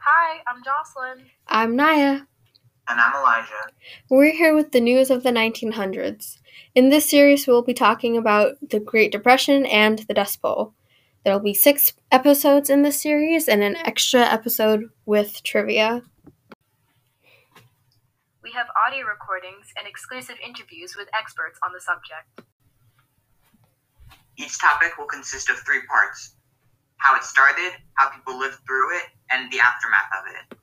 Hi, I'm Jocelyn. I'm Naya. And I'm Elijah. We're here with the news of the 1900s. In this series, we'll be talking about the Great Depression and the Dust Bowl. There'll be six episodes in this series and an extra episode with trivia. We have audio recordings and exclusive interviews with experts on the subject. Each topic will consist of three parts how it started, how people lived through it, and the aftermath of it.